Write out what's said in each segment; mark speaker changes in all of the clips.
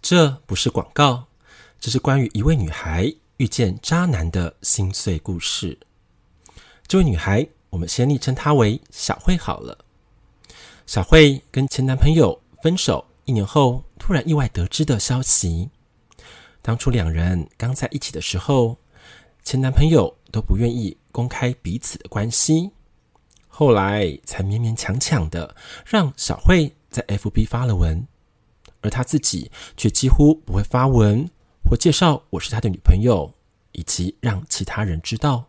Speaker 1: 这不是广告，这是关于一位女孩遇见渣男的心碎故事。这位女孩，我们先昵称她为小慧好了。小慧跟前男朋友分手一年后，突然意外得知的消息。当初两人刚在一起的时候，前男朋友都不愿意公开彼此的关系，后来才勉勉强强的让小慧在 FB 发了文，而她自己却几乎不会发文或介绍我是她的女朋友，以及让其他人知道。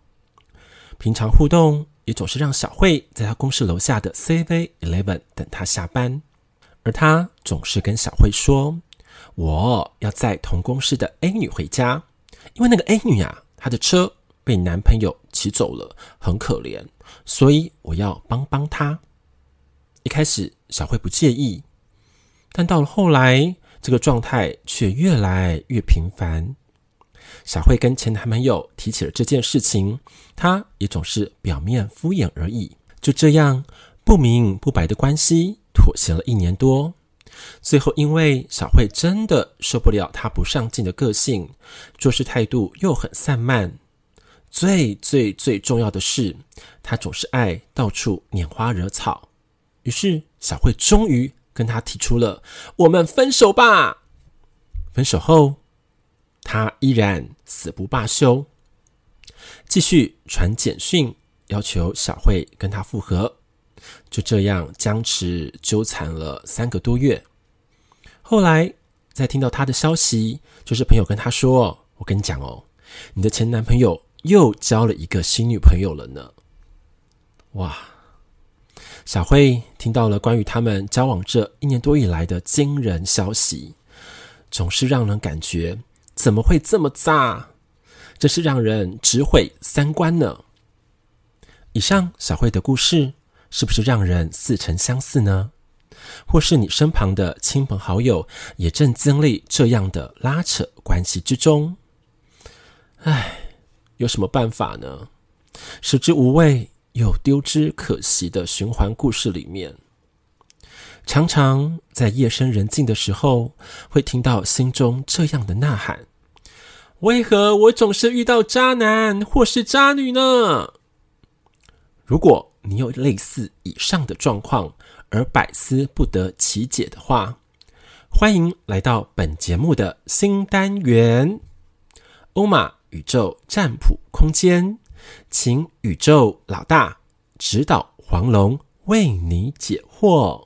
Speaker 1: 平常互动也总是让小慧在她公司楼下的 CV Eleven 等她下班，而她总是跟小慧说：“我要载同公司的 A 女回家，因为那个 A 女啊，她的车被男朋友骑走了，很可怜，所以我要帮帮她。”一开始小慧不介意，但到了后来，这个状态却越来越频繁。小慧跟前男朋友提起了这件事情，他也总是表面敷衍而已。就这样不明不白的关系妥协了一年多，最后因为小慧真的受不了他不上进的个性，做事态度又很散漫，最最最重要的是，他总是爱到处拈花惹草。于是小慧终于跟他提出了“我们分手吧”。分手后。他依然死不罢休，继续传简讯要求小慧跟他复合。就这样僵持纠缠了三个多月。后来再听到他的消息，就是朋友跟他说：“我跟你讲哦，你的前男朋友又交了一个新女朋友了呢。”哇！小慧听到了关于他们交往这一年多以来的惊人消息，总是让人感觉。怎么会这么渣？真是让人直毁三观呢！以上小慧的故事是不是让人似曾相似呢？或是你身旁的亲朋好友也正经历这样的拉扯关系之中？唉，有什么办法呢？食之无味又丢之可惜的循环故事里面。常常在夜深人静的时候，会听到心中这样的呐喊：“为何我总是遇到渣男或是渣女呢？”如果你有类似以上的状况而百思不得其解的话，欢迎来到本节目的新单元——欧玛宇宙占卜空间，请宇宙老大指导黄龙为你解惑。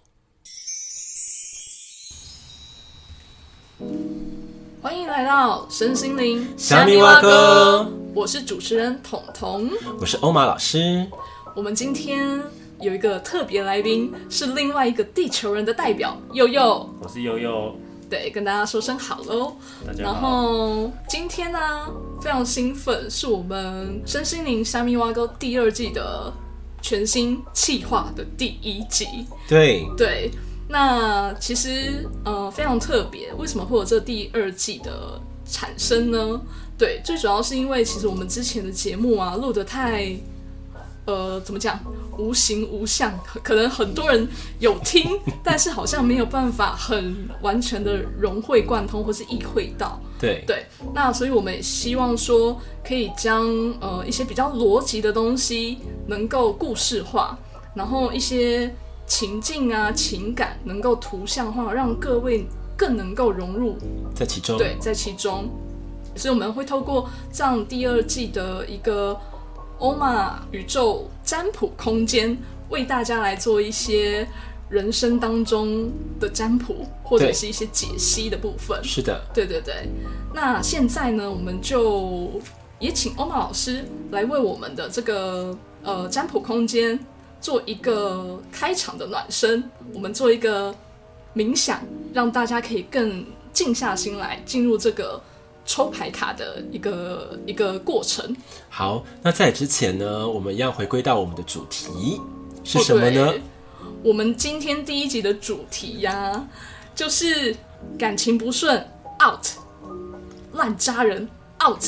Speaker 2: 欢迎来到身心灵
Speaker 1: 虾米蛙哥，
Speaker 2: 我是主持人彤彤。
Speaker 1: 我是欧玛老师。
Speaker 2: 我们今天有一个特别来宾，是另外一个地球人的代表佑佑，
Speaker 3: 我是悠悠，
Speaker 2: 对，跟大家说声好喽。
Speaker 3: 大家
Speaker 2: 然
Speaker 3: 好。
Speaker 2: 后今天呢、非常兴奋，是我们身心灵虾米蛙哥第二季的全新企划的第一集。
Speaker 1: 对，
Speaker 2: 对，那其实呃非常特别，为什么会有这第二季的产生呢？对，最主要是因为其实我们之前的节目啊录的太。呃，怎么讲？无形无相，可能很多人有听， 但是好像没有办法很完全的融会贯通或是意会到。
Speaker 1: 对，
Speaker 2: 对，那所以我们也希望说，可以将呃一些比较逻辑的东西能够故事化，然后一些情境啊、情感能够图像化，让各位更能够融入
Speaker 1: 在其中，
Speaker 2: 对在其中。所以我们会透过这样第二季的一个欧玛宇宙占卜空间，为大家来做一些人生当中的占卜或者
Speaker 1: 对
Speaker 2: 是一些解析的部分。
Speaker 1: 是的，
Speaker 2: 对对对，那现在呢，我们就也请欧玛老师来为我们的这个呃占卜空间做一个开场的暖身，我们做一个冥想，让大家可以更静下心来进入这个抽牌卡的一个一个过程。
Speaker 1: 好，那在之前呢，我们要回归到我们的主题是什么呢
Speaker 2: 哦？对我们今天第一集的主题呀、就是感情不顺 out，烂渣人 out，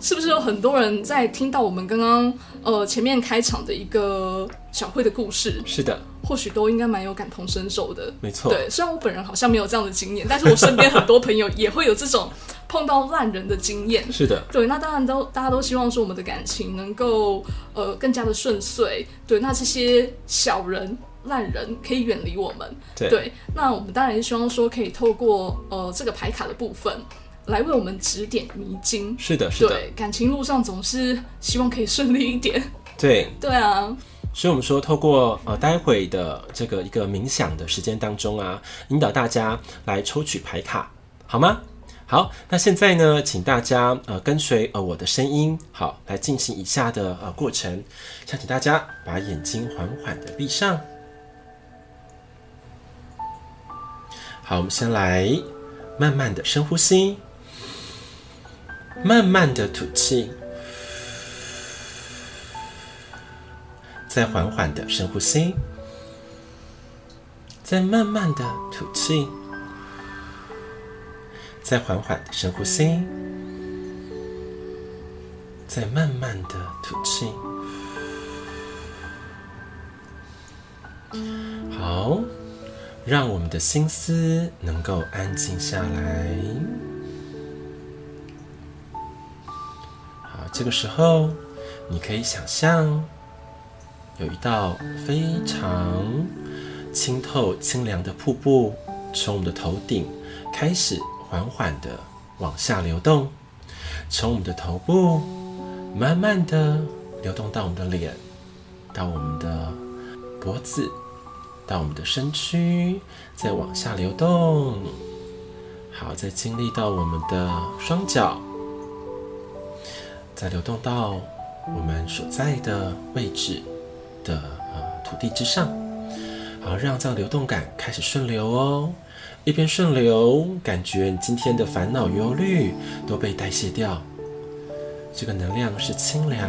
Speaker 2: 是不是有很多人在听到我们刚刚呃前面开场的一个小慧的故事，
Speaker 1: 是的，
Speaker 2: 或许都应该蛮有感同身受的。
Speaker 1: 没错，
Speaker 2: 对，虽然我本人好像没有这样的经验，但是我身边很多朋友也会有这种碰到烂人的经验。
Speaker 1: 是的，
Speaker 2: 对，那当然都大家都希望说我们的感情能够呃更加的顺遂。对，那这些小人烂人可以远离我们。
Speaker 1: 对
Speaker 2: 对，那我们当然也希望说可以透过呃这个牌卡的部分来为我们指点迷津。
Speaker 1: 是的，是的，
Speaker 2: 对，感情路上总是希望可以顺利一点。
Speaker 1: 对。
Speaker 2: 对啊，
Speaker 1: 所以，我们说，透过呃，待会的这个一个冥想的时间当中啊，引导大家来抽取牌卡，好吗？好，那现在呢，请大家呃跟随呃我的声音，好，来进行以下的呃过程。想请大家把眼睛缓缓的闭上。好，我们先来慢慢的深呼吸，慢慢的吐气。再缓缓的深呼吸，再慢慢的吐气，再缓缓的深呼吸，再慢慢的吐气。好，让我们的心思能够安静下来。好，这个时候你可以想象。有一道非常清透、清凉的瀑布，从我们的头顶开始缓缓的往下流动，从我们的头部慢慢的流动到我们的脸，到我们的脖子，到我们的身躯，再往下流动。好，再经历到我们的双脚，再流动到我们所在的位置。的呃土地之上，好，让这样流动感开始顺流哦。一边顺流，感觉你今天的烦恼忧虑都被代谢掉。这个能量是清凉，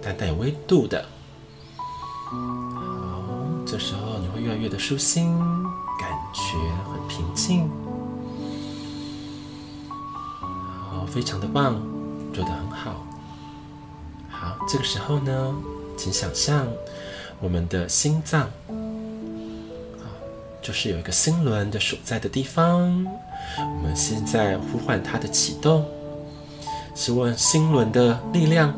Speaker 1: 但带有温度的。好，这时候你会越来越的舒心，感觉很平静。好，非常的棒，做得很好。好，这个时候呢，请想象我们的心脏啊，就是有一个心轮的所在的地方。我们现在呼唤它的启动，希望心轮的力量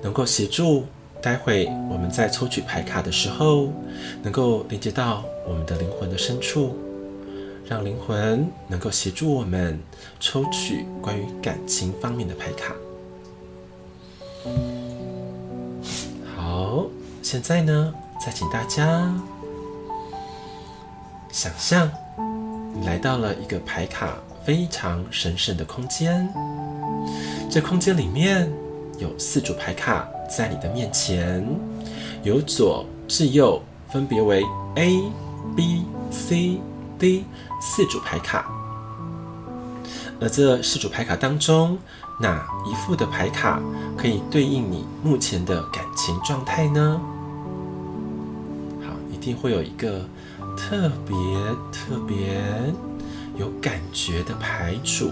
Speaker 1: 能够协助。待会我们在抽取牌卡的时候，能够连接到我们的灵魂的深处，让灵魂能够协助我们抽取关于感情方面的牌卡。好，现在呢，再请大家想象你来到了一个牌卡非常神圣的空间，这空间里面有四组牌卡在你的面前，由左至右分别为 A、B、C、D 四组牌卡，而这四组牌卡当中。哪一副的牌卡可以对应你目前的感情状态呢？好，一定会有一个特别特别有感觉的牌组。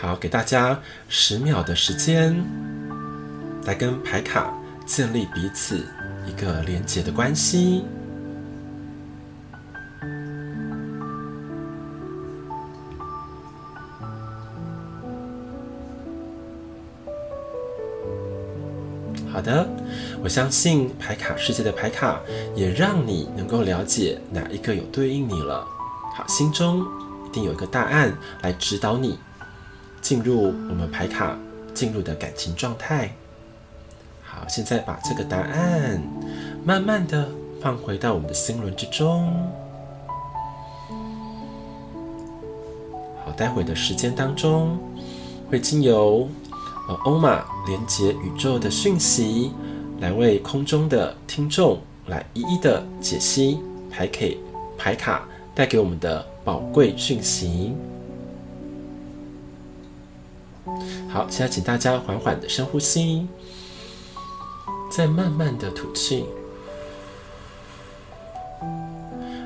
Speaker 1: 好，给大家十秒的时间，来跟牌卡建立彼此一个连结的关系。好的，我相信牌卡世界的牌卡也让你能够了解哪一个有对应你了。好，心中一定有一个答案来指导你进入我们牌卡进入的感情状态。好，现在把这个答案慢慢的放回到我们的心轮之中。好，待会的时间当中会经由呃，欧玛连接宇宙的讯息，来为空中的听众来一一的解析牌卡牌卡带给我们的宝贵讯息。好，现在请大家缓缓的深呼吸，再慢慢的吐气。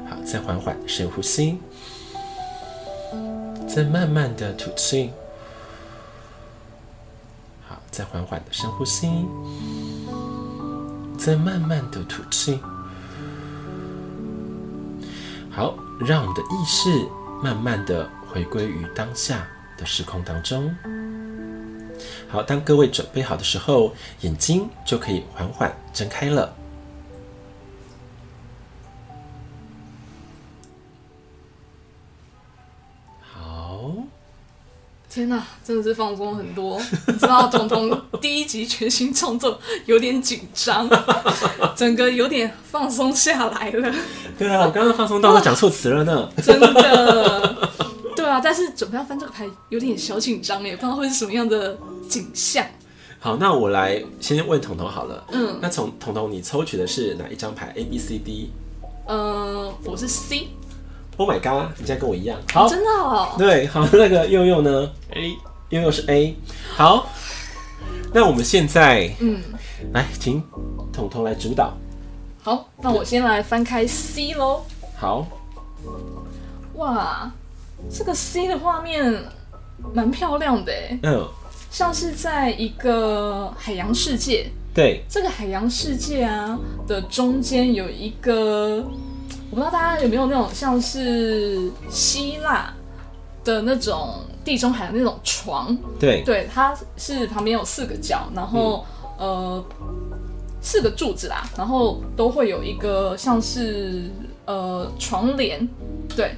Speaker 1: 好，再缓缓的深呼吸，再慢慢的吐气，好，再缓缓的深呼吸，再慢慢的吐气。好，让我们的意识慢慢的回归于当下的时空当中。好，当各位准备好的时候，眼睛就可以缓缓睁开了。好，
Speaker 2: 天哪，真的是放松很多。你知道，彤彤第一集全新创作有点紧张，整个有点放松下来了，
Speaker 1: 对啊，我刚刚放松到我讲错词了呢。
Speaker 2: 真的。 对啊，但是准备要翻这个牌，有点小紧张耶，不知道会是什么样的景象。
Speaker 1: 好，那我来先问彤彤好了。
Speaker 2: 嗯
Speaker 1: 那从彤彤，你抽取的是哪一张牌？A、B、C、D？Oh
Speaker 2: 呃，我是 C，
Speaker 1: Oh my god！你竟然跟我一样。好，
Speaker 2: 真的哦，
Speaker 1: 对，好，那个佑佑呢？A，佑佑是 A。好，那我们现在
Speaker 2: 嗯，
Speaker 1: 来，请彤彤来主导。
Speaker 2: 好，那我先来翻开 C 喽。
Speaker 1: 好，
Speaker 2: 哇，这个 C 的画面蛮漂亮的耶，
Speaker 1: 嗯，
Speaker 2: 像是在一个海洋世界。
Speaker 1: 对，
Speaker 2: 这个海洋世界啊的中间有一个，我不知道大家有没有那种像是希腊的那种地中海的那种床，
Speaker 1: 对，
Speaker 2: 对，它是旁边有四个角，然后、呃四个柱子啦，然后都会有一个像是呃床帘，对，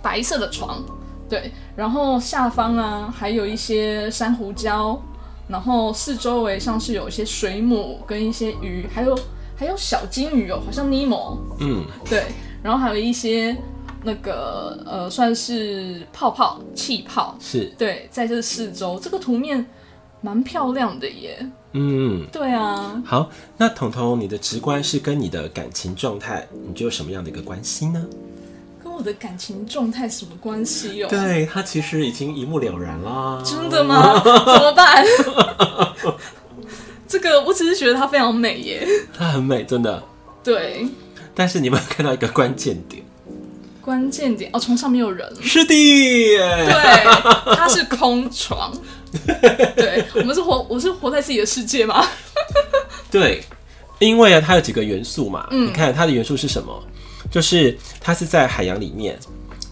Speaker 2: 白色的床，对，然后下方啊还有一些珊瑚礁，然后四周围像是有一些水母跟一些鱼，还有还有小金鱼哦，好像尼莫，
Speaker 1: 嗯，
Speaker 2: 对，然后还有一些那个呃算是泡泡气泡，
Speaker 1: 是，
Speaker 2: 对，在这四周，这个图面蛮漂亮的耶。
Speaker 1: 嗯。
Speaker 2: 对啊，
Speaker 1: 好，那彤彤，你的直观是跟你的感情状态，你觉得有什么样的一个关系呢？
Speaker 2: 跟我的感情状态什么关系哟、
Speaker 1: 对，它其实已经一目了然啦。
Speaker 2: 真的 吗？怎么办？这个我只是觉得它非常美耶。
Speaker 1: 它很美，真的。
Speaker 2: 对，
Speaker 1: 但是你们看到一个关键点，
Speaker 2: 关键点哦，床上没有人。
Speaker 1: 是的，
Speaker 2: 对，它是空床。对，我们是活，我是活在自己的世界吗？
Speaker 1: 对，因为啊，它有几个元素嘛。
Speaker 2: 嗯
Speaker 1: 你看它的元素是什么？就是它是在海洋里面，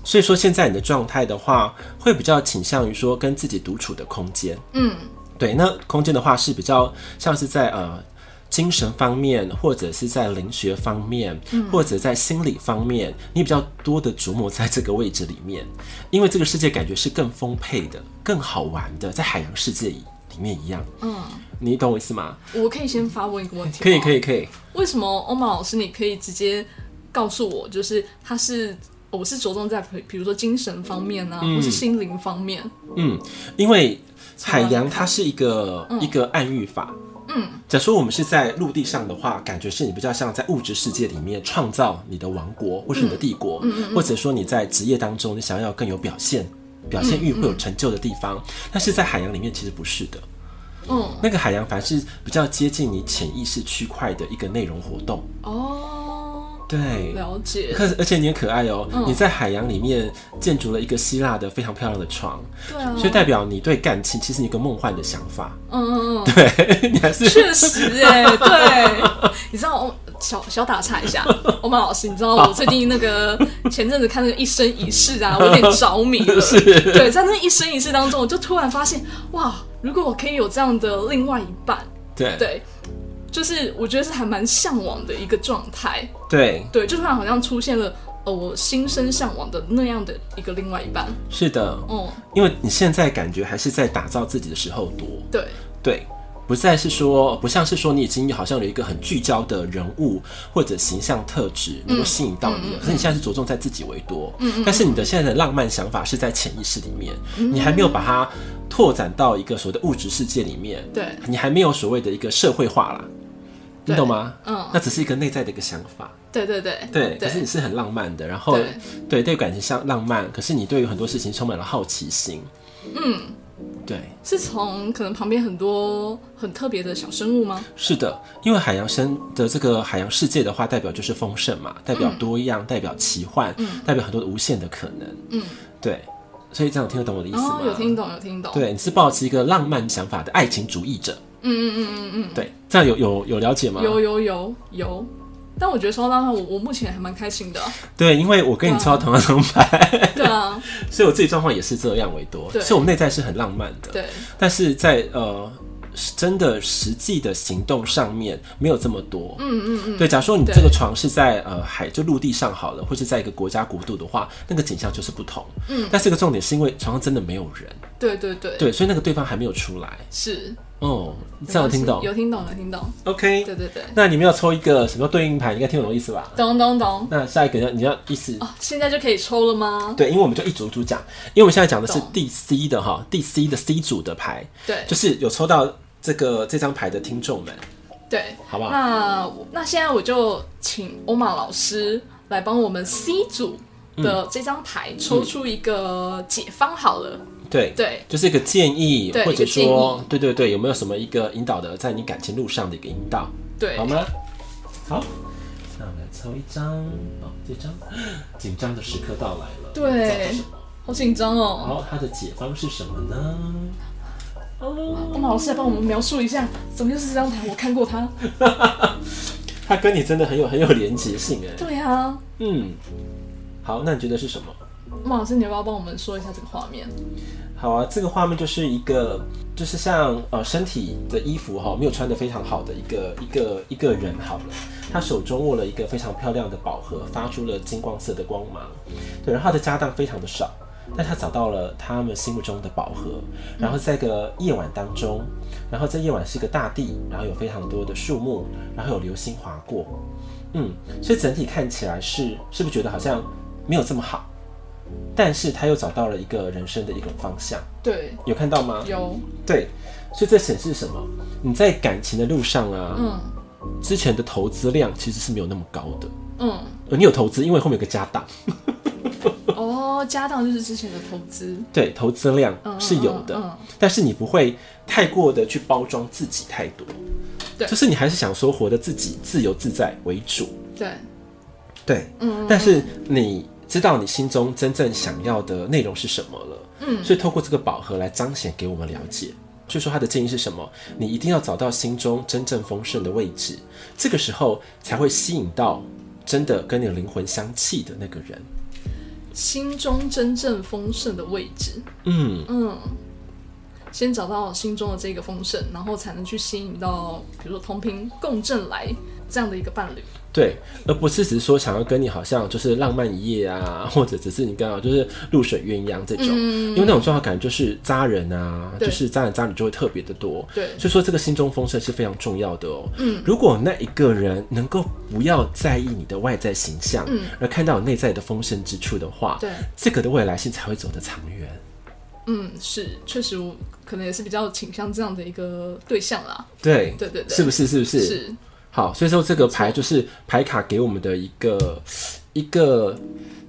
Speaker 1: 所以说现在你的状态的话，会比较倾向于说跟自己独处的空间。
Speaker 2: 嗯，
Speaker 1: 对，那空间的话是比较像是在呃。精神方面，或者是在灵学方面，
Speaker 2: 嗯
Speaker 1: 或者在心理方面，你比较多的琢磨在这个位置里面，因为这个世界感觉是更丰沛的、更好玩的，在海洋世界里面一样。
Speaker 2: 嗯，
Speaker 1: 你懂我意思吗？
Speaker 2: 我可以先发问一个问题吗。
Speaker 1: 可以，可以，可以。
Speaker 2: 为什么欧玛老师你可以直接告诉我，就是他是我是着重在比比如说精神方面啊，或是心灵方面？
Speaker 1: 嗯，因为海洋它是一个、一个暗喻法。
Speaker 2: 嗯，
Speaker 1: 假说我们是在陆地上的话，感觉是你比较像在物质世界里面创造你的王国或是你的帝国，
Speaker 2: 嗯
Speaker 1: 或者说你在职业当中你想要更有表现、表现欲会有成就的地方，但是在海洋里面其实不是的。
Speaker 2: 嗯，
Speaker 1: 那个海洋反而是比较接近你潜意识区块的一个内容活动。
Speaker 2: 哦，
Speaker 1: 对，
Speaker 2: 了解，
Speaker 1: 可是而且你很可爱哦、
Speaker 2: 嗯
Speaker 1: 你在海洋里面建筑了一个希腊的非常漂亮的床，
Speaker 2: 对啊，
Speaker 1: 所以代表你对感情其实你有个梦幻的想法，
Speaker 2: 嗯嗯嗯。
Speaker 1: 对你还是
Speaker 2: 确实哎、对，你知道我小小打岔 一下，欧玛老师，你知道我最近那个前阵子看那个《一生一世》 啊，我有点着迷了。对，在那《一生一世》当中，我就突然发现，哇，如果我可以有这样的另外一半，
Speaker 1: 对
Speaker 2: 对，就是我觉得是还蛮向往的一个状态。
Speaker 1: 对
Speaker 2: 对，就突然好像出现了呃我心生向往的那样的一个另外一半。
Speaker 1: 是的，
Speaker 2: 哦、
Speaker 1: 因为你现在感觉还是在打造自己的时候多，
Speaker 2: 对，
Speaker 1: 对，不再是说不像是说你已经好像有一个很聚焦的人物或者形象特
Speaker 2: 嗯
Speaker 1: 质能够吸引到你了，可是你现在是着重在自己为多，但是你的现在的浪漫想法是在潜意识里面，
Speaker 2: 嗯
Speaker 1: 你还没有把它拓展到一个所谓的物质世界里面，
Speaker 2: 对
Speaker 1: 你还没有所谓的一个社会化啦，你
Speaker 2: 对
Speaker 1: 懂吗？
Speaker 2: 嗯
Speaker 1: 那只是一个内在的一个想法。
Speaker 2: 对对对
Speaker 1: 对，可是你
Speaker 2: 对
Speaker 1: 是很浪漫的，然后
Speaker 2: 对
Speaker 1: 对对感情上浪漫，可是你对于很多事情充满了好奇心。嗯，对，
Speaker 2: 是从可能旁边很多很特别的小生物吗？
Speaker 1: 是的，因为海洋生的这个海洋世界的话，代表就是丰
Speaker 2: 嗯
Speaker 1: 盛嘛，代表多样，代表奇幻，代表很多的无限的可能。
Speaker 2: 嗯，
Speaker 1: 对。所以这样有听得懂我的意思吗？
Speaker 2: 哦，有听懂，有听懂。
Speaker 1: 对，你是抱持一个浪漫想法的爱情主义者。嗯嗯嗯嗯嗯。对，这样有有有了解吗？
Speaker 2: 有有有有，但我觉得抽到他，我我目前还蛮开心的。啊
Speaker 1: 对，因为我跟你抽到同样张牌，
Speaker 2: 对啊，
Speaker 1: 所以我自己状况也是这样为多。
Speaker 2: 对
Speaker 1: 所以我们内在是很浪漫的，
Speaker 2: 对，
Speaker 1: 但是在呃真的实际的行动上面没有这么多。
Speaker 2: 嗯嗯嗯，
Speaker 1: 对，假如说你
Speaker 2: 对
Speaker 1: 这个床是在呃海就陆地上好了，或是在一个国家国度的话，那个景象就是不同。
Speaker 2: 嗯，
Speaker 1: 但是这个重点是因为床上真的没有人，
Speaker 2: 对对对，
Speaker 1: 对，所以那个对方还没有出来。
Speaker 2: 是。
Speaker 1: 哦，这样有听懂
Speaker 2: 有听懂，有听懂。
Speaker 1: ？OK，
Speaker 2: 对对对，
Speaker 1: 那你们要抽一个什么对应牌，你应该听懂我意思吧？
Speaker 2: 懂懂懂。
Speaker 1: 那下一个要你要意思、
Speaker 2: 哦，现在就可以抽了吗？
Speaker 1: 对，因为我们就一组一组讲，因为我们现在讲的是
Speaker 2: 懂
Speaker 1: 第 C 的哈，第 C 的 C 组的牌，
Speaker 2: 对
Speaker 1: 就是有抽到这个这张牌的听众们，
Speaker 2: 对。
Speaker 1: 好不好？
Speaker 2: 那我那现在我就请欧玛老师来帮我们 C 组
Speaker 1: 嗯
Speaker 2: 的这张牌抽出一个解方好了。
Speaker 1: 对。
Speaker 2: 对
Speaker 1: 就是一个建议，
Speaker 2: 对
Speaker 1: 或者
Speaker 2: 一个
Speaker 1: 说
Speaker 2: 建，
Speaker 1: 对对对，有没有什么一个引导的，在你感情路上的一个引导，
Speaker 2: 对
Speaker 1: 好，吗？好，那我们来抽一张，哦，这张紧张的时刻到来了，
Speaker 2: 对
Speaker 1: 这张是什么
Speaker 2: 好紧张
Speaker 1: 然
Speaker 2: 哦。
Speaker 1: 后它的解方是什么呢？
Speaker 2: 欧玛老师来帮我们描述一下，怎么又是这张牌？我看过 它。
Speaker 1: 它跟你真的很有很有连结性哎。
Speaker 2: 对啊，
Speaker 1: 嗯，好，那你觉得是什么？
Speaker 2: 欧玛老师，你要不要帮我们说一下这个画面？
Speaker 1: 好啊，这个画面就是一个，就是像呃身体的衣服哈、没有穿的非常好的一个一个一个人好了，他手中握了一个非常漂亮的宝盒，发出了金光色的光芒，对，然后他的家当非常的少，但他找到了他们心目中的宝盒，然后在一个夜晚当中，然后在夜晚是一个大地，然后有非常多的树木，然后有流星划过，嗯，所以整体看起来是是不是觉得好像没有这么好？但是他又找到了一个人生的一种方向，
Speaker 2: 对，
Speaker 1: 有看到吗？
Speaker 2: 有，
Speaker 1: 对，所以这显示什么？你在感情的路上啊，
Speaker 2: 嗯
Speaker 1: 之前的投资量其实是没有那么高的。
Speaker 2: 嗯，
Speaker 1: 呃，你有投资，因为后面有个加档，
Speaker 2: 哦，家当就是之前的投资。
Speaker 1: 对，投资量
Speaker 2: 嗯
Speaker 1: 是有的，
Speaker 2: 嗯嗯
Speaker 1: 但是你不会太过的去包装自己太多，
Speaker 2: 对
Speaker 1: 就是你还是想说活得自己自由自在为主，
Speaker 2: 对，
Speaker 1: 对，
Speaker 2: 嗯，
Speaker 1: 但是你知道你心中真正想要的内容是什么了，
Speaker 2: 嗯
Speaker 1: 所以透过这个宝盒来彰显给我们了解。所以说他的建议是什么？你一定要找到心中真正丰盛的位置，这个时候才会吸引到真的跟你灵魂相契的那个人。
Speaker 2: 心中真正丰盛的位置，
Speaker 1: 嗯，
Speaker 2: 嗯，先找到心中的这个丰盛，然后才能去吸引到，比如说同频共振来这样的一个伴侣。
Speaker 1: 对，而不是只是说想要跟你好像就是浪漫一夜啊， 或者只是你刚好就是露水鸳鸯这种，因为那种状况感觉就是渣人啊，
Speaker 2: 嗯对
Speaker 1: 就是渣男渣女就会特别的多。
Speaker 2: 对
Speaker 1: 所以说这个心中丰盛是非常重要的哦。嗯，如果那一个人能够不要在意你的外在形象，嗯，而看到你内在的丰盛之处的话，
Speaker 2: 对
Speaker 1: 这个的未来性才会走得长远。
Speaker 2: 嗯，是，确实我可能也是比较倾向这样的一个对象啦。
Speaker 1: 对，
Speaker 2: 对对对，
Speaker 1: 是不是？是不是？
Speaker 2: 是
Speaker 1: 好，所以说这个牌就是牌卡给我们的一个一个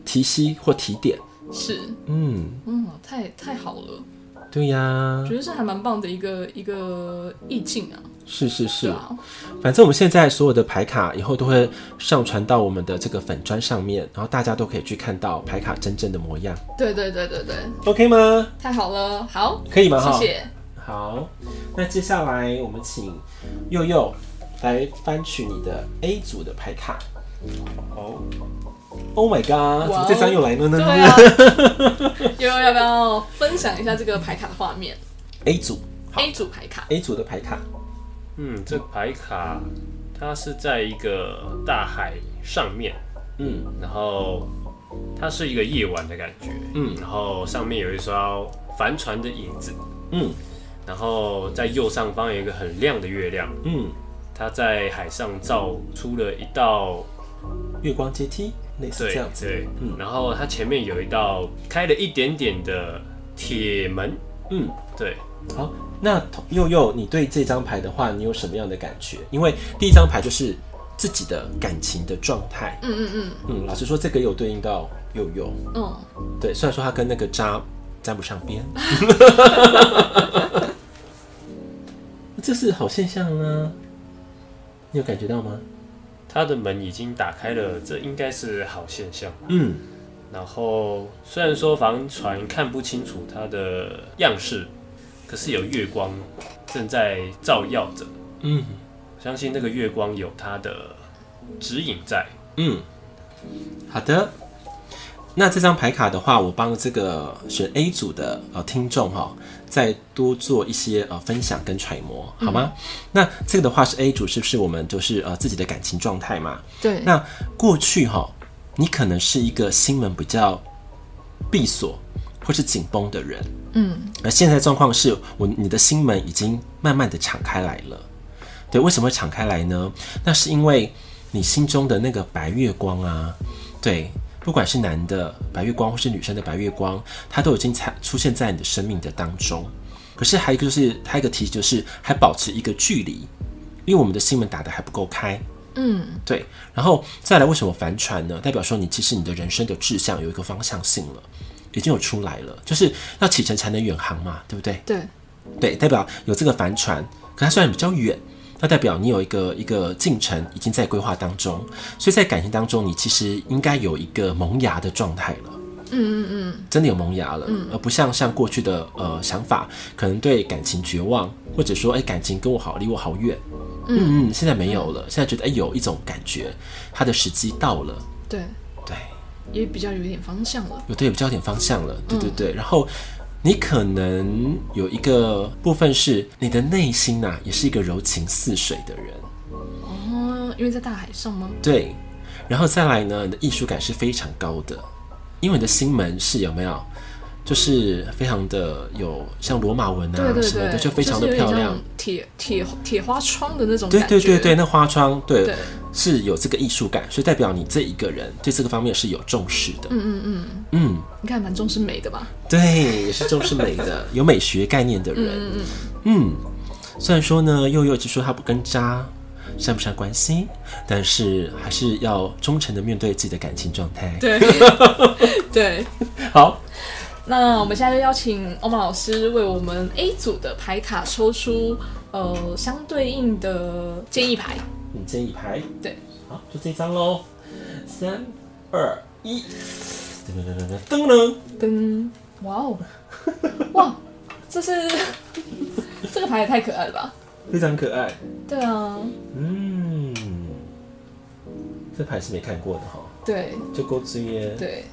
Speaker 1: 提息或提点。
Speaker 2: 是，
Speaker 1: 嗯。
Speaker 2: 嗯，太太好了，
Speaker 1: 对呀、
Speaker 2: 我觉得这还蛮棒的一个一个意境啊，
Speaker 1: 是是
Speaker 2: 对
Speaker 1: 是，
Speaker 2: 啊，
Speaker 1: 反正我们现在所有的牌卡以后都会上传到我们的这个粉砖上面，然后大家都可以去看到牌卡真正的模样
Speaker 2: 对对对对对，
Speaker 1: ，OK 吗？
Speaker 2: 太好了，好，
Speaker 1: 可以吗？哈
Speaker 2: 谢谢。
Speaker 1: 好，那接下来我们请佑佑来翻取你的 A 组的牌卡。哦，Oh my god，怎
Speaker 2: 哇
Speaker 1: 么
Speaker 2: 哦
Speaker 1: 这张又来了呢、
Speaker 2: 对啊， 悠悠要不要分享一下这个牌卡的画面
Speaker 1: a 组，好
Speaker 2: ？A 组牌卡，
Speaker 1: ，A 组的牌卡，
Speaker 3: 嗯，这牌卡它是在一个大海上面，
Speaker 1: 嗯
Speaker 3: 然后它是一个夜晚的感觉，
Speaker 1: 嗯
Speaker 3: 然后上面有一艘帆船的影子，
Speaker 1: 嗯
Speaker 3: 然后在右上方有一个很亮的月亮，
Speaker 1: 嗯，
Speaker 3: 它在海上照出了一道
Speaker 1: 月光阶梯类似
Speaker 3: 对
Speaker 1: 这样子，
Speaker 3: 对，
Speaker 1: 嗯
Speaker 3: 然后它前面有一道开了一点点的铁门，
Speaker 1: 嗯。
Speaker 3: 对，
Speaker 1: 好，那同佑佑，你对这张牌的话，你有什么样的感觉？因为第一张牌就是自己的感情的状态。
Speaker 2: 嗯嗯
Speaker 1: 嗯，老实说，这个有对应到佑佑。
Speaker 2: 嗯嗯，
Speaker 1: 对，虽然说他跟那个渣沾不上边， 这是好现象啊。你有感觉到吗？
Speaker 3: 它的门已经打开了，这应该是好现象。
Speaker 1: 嗯，
Speaker 3: 然后虽然说帆船看不清楚它的样式，可是有月光正在照耀着。
Speaker 1: 嗯
Speaker 3: 相信那个月光有它的指引在。
Speaker 1: 嗯，好的。那这张牌卡的话，我帮这个选 A 组的呃听众哈、再多做一些呃分享跟揣摩，好吗？那这个的话是 A 组，是不是我们就是呃自己的感情状态嘛？
Speaker 2: 对
Speaker 1: 那过去哈、你可能是一个心门比较闭锁或是紧绷的人，
Speaker 2: 嗯，
Speaker 1: 而现在状况是我你的心门已经慢慢的敞开来了。对，为什么会敞开来呢？那是因为你心中的那个白月光啊，对，不管是男的白月光或是女生的白月光，它都已经才出现在你的生命的当中。可是还有一个就是，它一个提示就是还保持一个距离，因为我们的心门打得还不够开。
Speaker 2: 嗯，
Speaker 1: 对，然后再来，为什么帆船呢？代表说你其实你的人生的志向有一个方向性了，已经有出来了，就是要启程才能远航嘛，对不对？
Speaker 2: 对，
Speaker 1: 对，代表有这个帆船，可它虽然比较远，那代表你有一个一个进程已经在规划当中，所以在感情当中，你其实应该有一个萌芽的状态了。
Speaker 2: 嗯嗯嗯，
Speaker 1: 真的有萌芽了，而不像像过去的呃想法，可能对感情绝望，或者说哎、感情跟我好离我好远，嗯嗯，现在没有了，现在觉得哎、有一种感觉，它的时机到了，
Speaker 2: 对，
Speaker 1: 对，
Speaker 2: 也比较有点方向了。
Speaker 1: 有对比较有点方向了，对对对，然后你可能有一个部分是你的内心呐、也是一个柔情似水的人，
Speaker 2: 哦，因为在大海上吗？
Speaker 1: 对，然后再来呢，你的艺术感是非常高的，因为你的心门是有没有，就是非常的有像罗马纹啊
Speaker 2: 对对
Speaker 1: 什么的，
Speaker 2: 对，
Speaker 1: 就非常的
Speaker 2: 是有
Speaker 1: 漂
Speaker 2: 点
Speaker 1: 亮
Speaker 2: 像。铁铁铁花窗的那种
Speaker 1: 对
Speaker 2: 感觉。
Speaker 1: 对对对，那花窗对
Speaker 2: 对
Speaker 1: 是有这个艺术感，所以代表你这一个人对这个方面是有重视的。嗯
Speaker 2: 嗯嗯嗯，
Speaker 1: 嗯，
Speaker 2: 你看蛮重视美的吧？
Speaker 1: 对，也是重视美的，有美学概念的人。嗯，虽然说呢，佑佑一直说他不跟渣善不善关系，但是还是要忠诚的面对自己的感情状态。
Speaker 2: 对对。
Speaker 1: 好，
Speaker 2: 那我们现在就邀请欧玛老师为我们 A 组的牌卡抽出呃相对应的建议牌。
Speaker 1: 你这一排，
Speaker 2: 对，
Speaker 1: 好，就这张喽。三二一，噔噔噔噔噔噔，
Speaker 2: 噔，哇哦，哇，这是这个牌也太可爱了吧？
Speaker 1: 非常可爱。
Speaker 2: 对啊，
Speaker 1: 嗯，这牌是没看过的哈，
Speaker 2: 对
Speaker 1: 就勾子耶。，
Speaker 2: 对，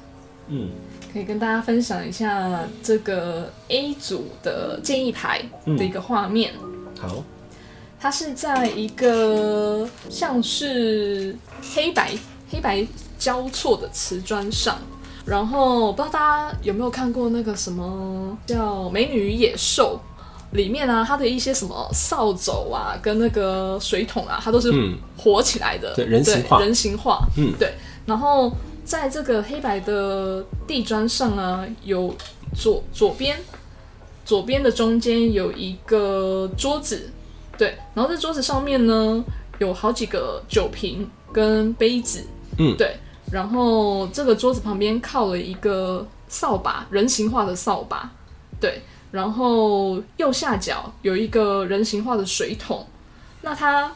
Speaker 1: 嗯
Speaker 2: 可以跟大家分享一下这个 A 组的建议牌的一个画面。
Speaker 1: 好，
Speaker 2: 它是在一个像是黑白黑白交错的瓷砖上，然后不知道大家有没有看过那个什么叫《美女与野兽》。里面啊，它的一些什么扫帚啊，跟那个水桶啊，它都是
Speaker 1: 嗯
Speaker 2: 活起来的，
Speaker 1: 对人形化
Speaker 2: 人形化，
Speaker 1: 嗯
Speaker 2: 对。然后在这个黑白的地砖上啊，有左左边左边的中间有一个桌子，对，然后在桌子上面呢有好几个酒瓶跟杯子，
Speaker 1: 嗯
Speaker 2: 对，然后这个桌子旁边靠了一个扫把，人形化的扫把，对，然后右下角有一个人形化的水桶，那它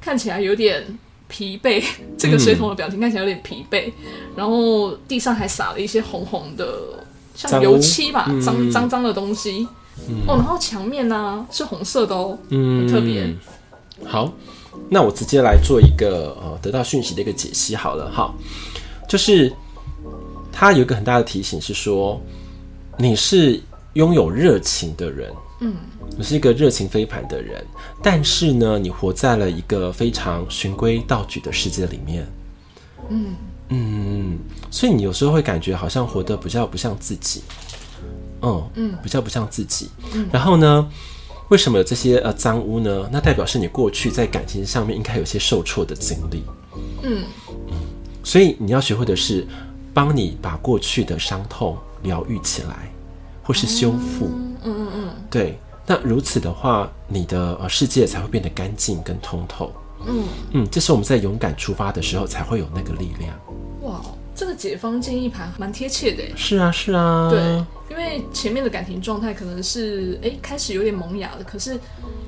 Speaker 2: 看起来有点疲惫， 这个水桶的表情看起来有点疲惫，然后地上还撒了一些红红的，像
Speaker 1: 脏
Speaker 2: 油漆吧
Speaker 1: 嗯，
Speaker 2: 脏脏脏的东西。哦，然后墙面呢、是红色的哦，
Speaker 1: 嗯，
Speaker 2: 很特别。
Speaker 1: 好，那我直接来做一个呃得到讯息的一个解析好了哈，就是它有一个很大的提醒是说，你是拥有热情的人，
Speaker 2: 嗯，
Speaker 1: 你是一个热情非凡的人，但是呢，你活在了一个非常循规蹈矩的世界里面，
Speaker 2: 嗯
Speaker 1: 嗯，所以你有时候会感觉好像活得比较不像自己，嗯
Speaker 2: 嗯
Speaker 1: 比较不像自己。然后呢，为什么有这些呃脏污呢？那代表是你过去在感情上面应该有些受挫的经历，
Speaker 2: 嗯
Speaker 1: 所以你要学会的是帮你把过去的伤痛疗愈起来，或是修复。
Speaker 2: 嗯嗯嗯
Speaker 1: 对，那如此的话，你的呃世界才会变得干净跟通透。
Speaker 2: 嗯，
Speaker 1: 嗯，这是我们在勇敢出发的时候才会有那个力量。
Speaker 2: 哇，这个解方建议盘蛮贴切的耶。欸
Speaker 1: 是啊，是啊，
Speaker 2: 对，因为前面的感情状态可能是哎开始有点萌芽了，可是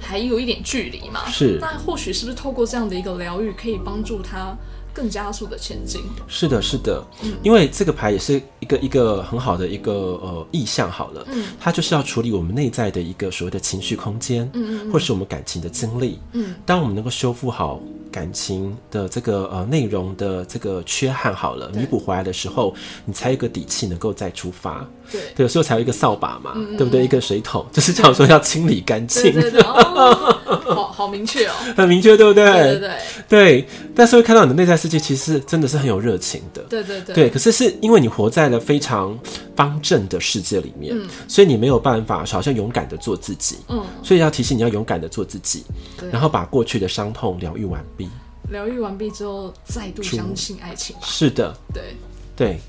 Speaker 2: 还有一点距离嘛。
Speaker 1: 是
Speaker 2: 那或许是不是透过这样的一个疗愈，可以帮助他更加速的前进。
Speaker 1: 是的，是的，
Speaker 2: 嗯
Speaker 1: 因为这个牌也是一个一个很好的一个呃意向，好了，
Speaker 2: 嗯
Speaker 1: 它就是要处理我们内在的一个所谓的情绪空间，
Speaker 2: 嗯嗯
Speaker 1: 或是我们感情的经历。
Speaker 2: 嗯，
Speaker 1: 当我们能够修复好感情的这个呃内容的这个缺憾，好了，
Speaker 2: 对
Speaker 1: 弥补回来的时候，你才有一个底气能够再出发。
Speaker 2: 对。
Speaker 1: 对，有时候才有一个扫把嘛，
Speaker 2: 嗯嗯
Speaker 1: 对不对？一个水桶，就是这样说要清理干
Speaker 2: 对
Speaker 1: 净，
Speaker 2: 对对，哦， 好好明确哦。
Speaker 1: 很明确，对不对？
Speaker 2: 对对
Speaker 1: 对但是会看到你的内在世界，其实真的是很有热情的。
Speaker 2: 对对对
Speaker 1: 对，可是是因为你活在了非常方正的世界里面，所以你没有办法，好像勇敢的做自己。
Speaker 2: 嗯，
Speaker 1: 所以要提醒你要勇敢的做自己，
Speaker 2: 对
Speaker 1: 然后把过去的伤痛疗愈完毕。
Speaker 2: 疗愈完毕之后，再度
Speaker 1: 出
Speaker 2: 相信爱情吧。
Speaker 1: 是的，
Speaker 2: 对，
Speaker 1: 对，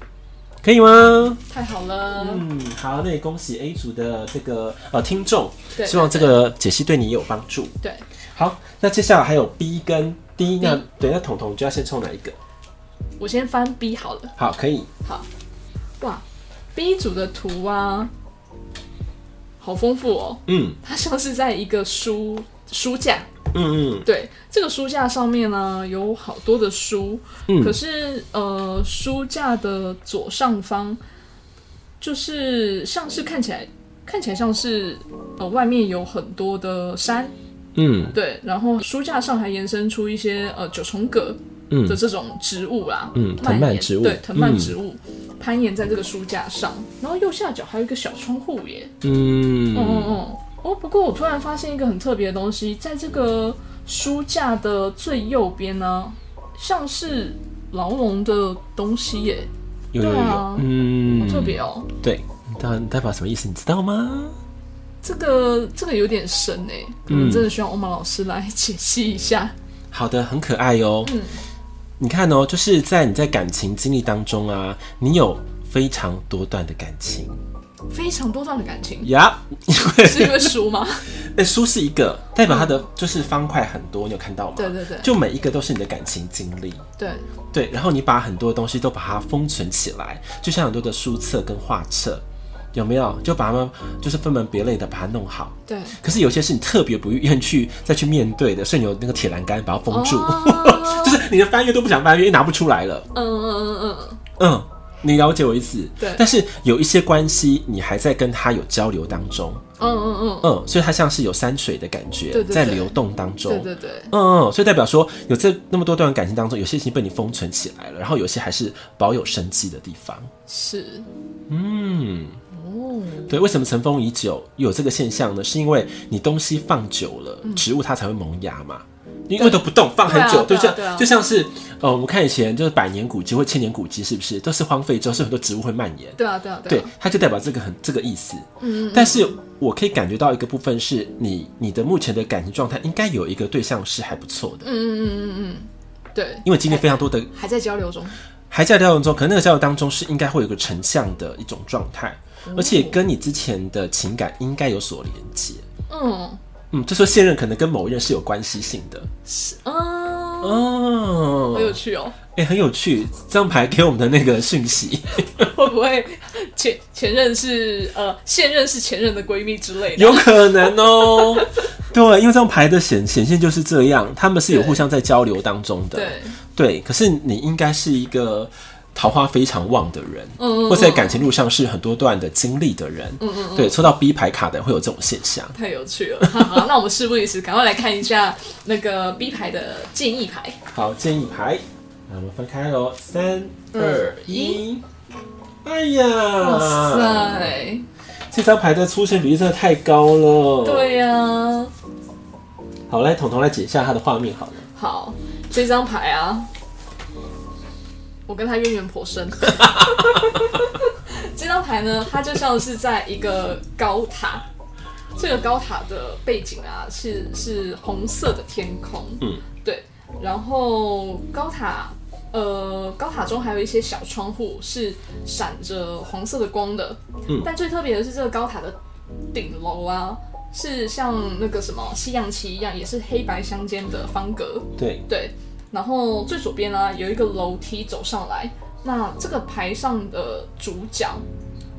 Speaker 1: 可以吗？
Speaker 2: 太好了。
Speaker 1: 嗯，好，那也恭喜 A 组的这个呃听众，
Speaker 2: 对
Speaker 1: 希望这个解析对你有帮助。
Speaker 2: 对，
Speaker 1: 好，那接下来还有 B 跟 D，那
Speaker 2: B
Speaker 1: 对，那彤彤就要先抽哪一个？
Speaker 2: 我先翻 B 好了。
Speaker 1: 好，可以，
Speaker 2: 哇，B 组的图啊，好丰富哦。
Speaker 1: 嗯
Speaker 2: 它像是在一个书书架，
Speaker 1: 嗯嗯
Speaker 2: 对，这个书架上面呢有好多的书，可
Speaker 1: 嗯，
Speaker 2: 是呃，书架的左上方就是像是看起来看起来像是呃外面有很多的山，
Speaker 1: 嗯
Speaker 2: 对，然后书架上还延伸出一些呃九重葛
Speaker 1: 嗯
Speaker 2: 的这种植物啦，
Speaker 1: 嗯藤
Speaker 2: 蔓延
Speaker 1: 蔓植物
Speaker 2: 对，藤蔓
Speaker 1: 嗯
Speaker 2: 植物、攀岩在这个书架上，然后右下角还有一个小窗户耶，
Speaker 1: 嗯
Speaker 2: 嗯嗯嗯，哦，不过我突然发现一个很特别的东西，在这个书架的最右边呢，像是牢笼的东西耶，
Speaker 1: 有有
Speaker 2: 对
Speaker 1: 有
Speaker 2: 啊，
Speaker 1: 嗯，
Speaker 2: 好特别哦，
Speaker 1: 对，它代表什么意思？你知道吗？
Speaker 2: 这个这个有点深哎，
Speaker 1: 嗯
Speaker 2: 可能真的需要欧玛老师来解析一下，
Speaker 1: 好的，很可爱哦。
Speaker 2: 嗯
Speaker 1: 你看哦，就是在你在感情经历当中啊，你有非常多段的感情
Speaker 2: 非常多段的感情，
Speaker 1: 呀。
Speaker 2: 是因为 书吗？
Speaker 1: 哎、书是一个代表它的就是方块很多，你有看到吗？
Speaker 2: 对对对
Speaker 1: 就每一个都是你的感情经历。
Speaker 2: 对，
Speaker 1: 对，然后你把很多东西都把它封存起来，就像很多的书册跟画册，有没有？就把它们就是分门别类的把它弄好。
Speaker 2: 对。
Speaker 1: 可是有些是你特别不愿意去再去面对的，所以你有那个铁栏杆把它封住，
Speaker 2: 哦
Speaker 1: 就是你的翻阅都不想翻阅，因为拿不出来了。
Speaker 2: 嗯嗯嗯嗯，
Speaker 1: 嗯，你了解我意思。
Speaker 2: 对
Speaker 1: 但是有一些关系，你还在跟他有交流当中，
Speaker 2: 嗯嗯嗯嗯，
Speaker 1: 嗯，所以它像是有山水的感觉
Speaker 2: 对对对
Speaker 1: 在流动当中。
Speaker 2: 对对对，
Speaker 1: 嗯嗯，所以代表说，有这那么多段感情当中，有些已经被你封存起来了，然后有些还是保有生机的地方。
Speaker 2: 是
Speaker 1: 嗯，
Speaker 2: 哦，
Speaker 1: 对，为什么尘封已久有这个现象呢？是因为你东西放久了，
Speaker 2: 嗯
Speaker 1: 植物它才会萌芽嘛。因为都不动，放很久，
Speaker 2: 对
Speaker 1: 就
Speaker 2: 啊
Speaker 1: 像
Speaker 2: 对啊对啊
Speaker 1: 就像是呃，我们看以前就是百年古迹或千年古迹，是不是都是荒废之后，是很多植物会蔓延。
Speaker 2: 对啊对啊
Speaker 1: 对
Speaker 2: 啊，，
Speaker 1: 它就代表这个很这个意思。
Speaker 2: 嗯嗯嗯
Speaker 1: 但是我可以感觉到一个部分是你你的目前的感情状态应该有一个对象是还不错的，
Speaker 2: 嗯嗯嗯嗯嗯，对，
Speaker 1: 因为经历非常多的
Speaker 2: 还在交流中，
Speaker 1: 还在交流中，可能那个交流当中是应该会有一个成像的一种状态，
Speaker 2: 哦
Speaker 1: 而且跟你之前的情感应该有所连接。
Speaker 2: 嗯
Speaker 1: 嗯，就说现任可能跟某一任是有关系性的
Speaker 2: 嗯，
Speaker 1: 哦
Speaker 2: 好，有趣哦，
Speaker 1: 哎、很有趣，这张牌给我们的那个讯 息
Speaker 2: 会不会前前任是呃现任是前任的闺蜜之类的？
Speaker 1: 有可能 哦。对，因为这张牌的显显现就是这样，他们是有互相在交流当中的。
Speaker 2: 对，
Speaker 1: 对，可是你应该是一个桃花非常旺的人，
Speaker 2: 嗯嗯
Speaker 1: 或在感情路上是很多段的经历的人，嗯嗯对，抽到 B 牌卡的会有这种现象。
Speaker 2: 太有趣了，好，好那我们事不宜迟，赶快来看一下那个 B 牌的建议牌，
Speaker 1: 好，建议牌，那我们分开喽，三二一。哎呀，
Speaker 2: 嗯哇！塞，
Speaker 1: 这张牌的出现比例真的太高了。，
Speaker 2: 对呀、
Speaker 1: 好，来，彤彤来解一下它的画面好了。
Speaker 2: 好，这张牌啊，我跟他渊源颇深。这张牌呢，它就像是在一个高塔，这个高塔的背景啊是是红色的天空，
Speaker 1: 嗯，
Speaker 2: 对，然后高塔。呃，高塔中还有一些小窗户是闪着黄色的光的，
Speaker 1: 嗯
Speaker 2: 但最特别的是这个高塔的顶楼啊，是像那个什么西洋棋一样，也是黑白相间的方格。
Speaker 1: 对，
Speaker 2: 对，然后最左边呢、有一个楼梯走上来，那这个牌上的主角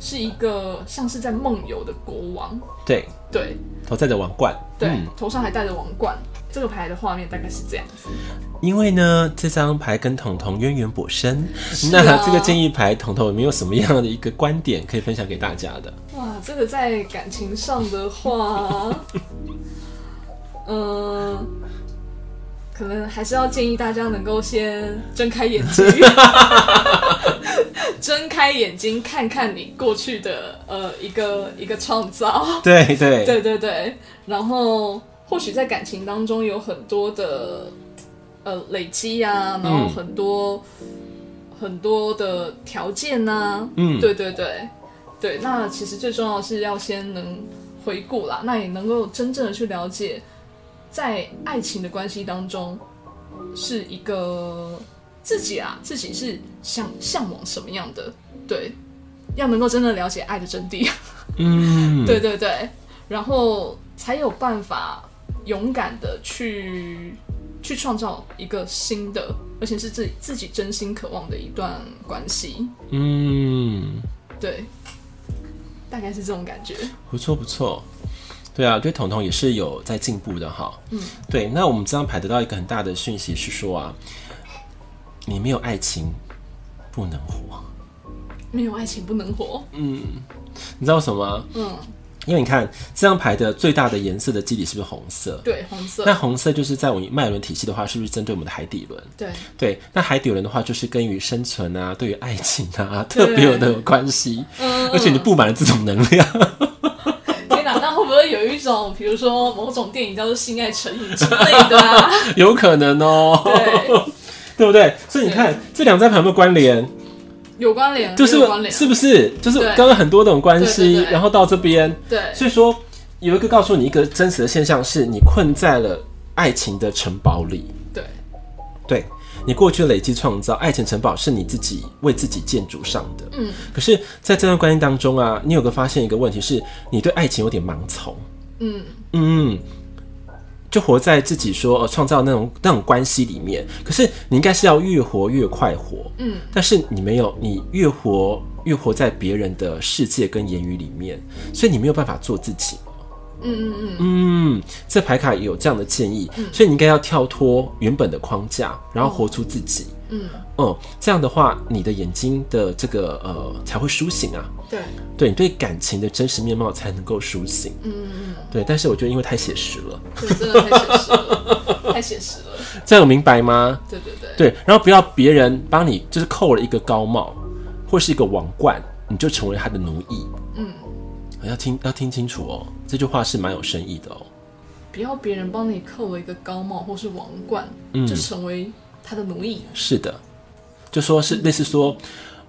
Speaker 2: 是一个像是在梦游的国王，
Speaker 1: 对，
Speaker 2: 对
Speaker 1: 头戴着王冠。
Speaker 2: 对，
Speaker 1: 嗯
Speaker 2: 头上还戴着王冠。这个牌的画面大概是这样子。
Speaker 1: 因为呢，这张牌跟彤彤渊源颇深，
Speaker 2: 啊
Speaker 1: 那这个建议牌，彤彤有没有什么样的一个观点可以分享给大家的？
Speaker 2: 哇，这个在感情上的话，嗯、可能还是要建议大家能够先睁开眼睛，睁开眼睛看看你过去的呃一个一个创造。
Speaker 1: 对对
Speaker 2: 哦对对对，然后或许在感情当中有很多的呃累积
Speaker 1: 嗯
Speaker 2: 啊，然后很多、很多的条件呐、
Speaker 1: 嗯
Speaker 2: 对对对对，那其实最重要的是要先能回顾啦，那也能够真正的去了解，在爱情的关系当中是一个自己啊，自己是向向往什么样的，对，要能够真的了解爱的真谛。
Speaker 1: 嗯，
Speaker 2: 对对对，然后才有办法勇敢的去去创造一个新的，而且是自己自己真心渴望的一段关系。
Speaker 1: 嗯，
Speaker 2: 对，大概是这种感觉。
Speaker 1: 不错不错。对啊，对彤彤也是有在进步的哈。
Speaker 2: 嗯，
Speaker 1: 对。那我们这张牌得到一个很大的讯息是说啊，你没有爱情不能活。
Speaker 2: 没有爱情不能活。
Speaker 1: 你知道为什么吗？
Speaker 2: 嗯，
Speaker 1: 因为你看这张牌的最大的颜色的基底是不是红色？
Speaker 2: 对，红色
Speaker 1: 那。红色就是在我们脉轮体系的话，是不是针对我们的海底轮？
Speaker 2: 对，
Speaker 1: 对，那海底轮的话，就是跟于生存啊，对于爱情 啊，特别有的有关系。
Speaker 2: 嗯，
Speaker 1: 而且你布满了这种能量，
Speaker 2: 天哪，那会不会有一种，比如说某种电影叫做《性爱成瘾》之类的啊？
Speaker 1: 有可能哦、
Speaker 2: 对，
Speaker 1: 对不对？所以你看这两张牌有没有关联？
Speaker 2: 有关联，
Speaker 1: 就是
Speaker 2: 有关联，
Speaker 1: 是不是？就是
Speaker 2: 对
Speaker 1: 刚刚很多种关
Speaker 2: 对
Speaker 1: 系
Speaker 2: 对，对
Speaker 1: 然后到这边，
Speaker 2: 对，
Speaker 1: 所以说有一个告诉你一个真实的现象，是你困在了爱情的城堡里。
Speaker 2: 对，
Speaker 1: 对你过去的累积创造，爱情城堡是你自己为自己建筑上的。
Speaker 2: 嗯，
Speaker 1: 可是，在这段关系当中啊，你有个发现一个问题是，你对爱情有点盲从。
Speaker 2: 嗯，
Speaker 1: 嗯，就活在自己说呃创造那种那种关系里面。可是你应该是要越活越快活，
Speaker 2: 嗯，
Speaker 1: 但是你没有，你越活越活在别人的世界跟言语里面，所以你没有办法做自己。
Speaker 2: 嗯嗯嗯，嗯
Speaker 1: 嗯，这牌卡也有这样的建议，所以你应该要跳脱原本的框架，然后活出自己。
Speaker 2: 嗯，
Speaker 1: 嗯，这样的话，你的眼睛的这个呃才会苏醒啊，
Speaker 2: 对，
Speaker 1: 对你对感情的真实面貌才能够苏醒。
Speaker 2: 嗯嗯。
Speaker 1: 对，但是我觉得因为太写实了，
Speaker 2: 对，真的太写实了，太写实了。
Speaker 1: 这样有明白吗？
Speaker 2: 对对对，
Speaker 1: 对，然后不要别人帮你就是扣了一个高帽或是一个王冠，你就成为他的奴役。
Speaker 2: 嗯，
Speaker 1: 要听要听清楚哦，这句话是蛮有深意的哦。
Speaker 2: 不要别人帮你扣了一个高帽或是王冠，
Speaker 1: 嗯
Speaker 2: 就成为他的奴役。
Speaker 1: 是的，就说是类似说，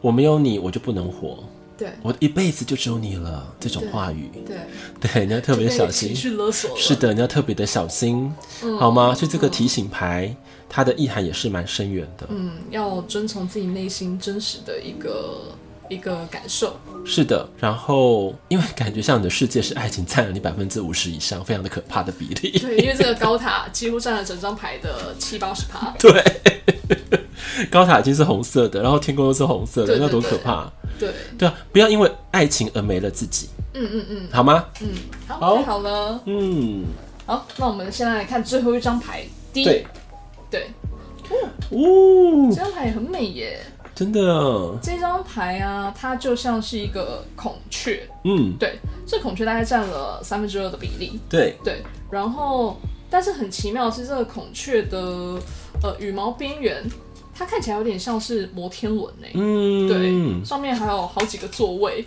Speaker 1: 我没有你我就不能活，
Speaker 2: 对
Speaker 1: 我一辈子就只有你了这种话语，
Speaker 2: 对，
Speaker 1: 对，你要特别
Speaker 2: 就
Speaker 1: 小
Speaker 2: 被
Speaker 1: 心
Speaker 2: 情。绪勒索了。嗯
Speaker 1: 是，的，你要特别的小心，好吗？所以这个提醒牌，它的意涵也是蛮深远的。
Speaker 2: 嗯，要遵从自己内心真实的一个一个感受。
Speaker 1: 是的，然后因为感觉像你的世界是爱情占了你百分之五十以上，非常的可怕的比 例。
Speaker 2: 对，因为这个高塔几乎占了整张牌的七八十趴。
Speaker 1: 对，高塔已经是红色的，然后天空又是红色的，
Speaker 2: 对对
Speaker 1: 那多可
Speaker 2: 对
Speaker 1: 怕！
Speaker 2: 对，
Speaker 1: 对啊，不要因为爱情而没了自己，
Speaker 2: 嗯嗯嗯
Speaker 1: 好吗？
Speaker 2: 嗯，好，
Speaker 1: 好
Speaker 2: 太好了。
Speaker 1: 嗯，
Speaker 2: 好，那我们现在来看最后一张牌。第一，
Speaker 1: 对，
Speaker 2: 对，
Speaker 1: 呜
Speaker 2: 这，张牌也很美耶。
Speaker 1: 真的，
Speaker 2: 这张牌啊，它就像是一个孔雀，
Speaker 1: 嗯，
Speaker 2: 对，这孔雀大概占了三分之二的比例，
Speaker 1: 对，
Speaker 2: 对。然后，但是很奇妙的是，这个孔雀的呃羽毛边缘，它看起来有点像是摩天轮诶、
Speaker 1: 嗯，
Speaker 2: 对，，上面还有好几个座位，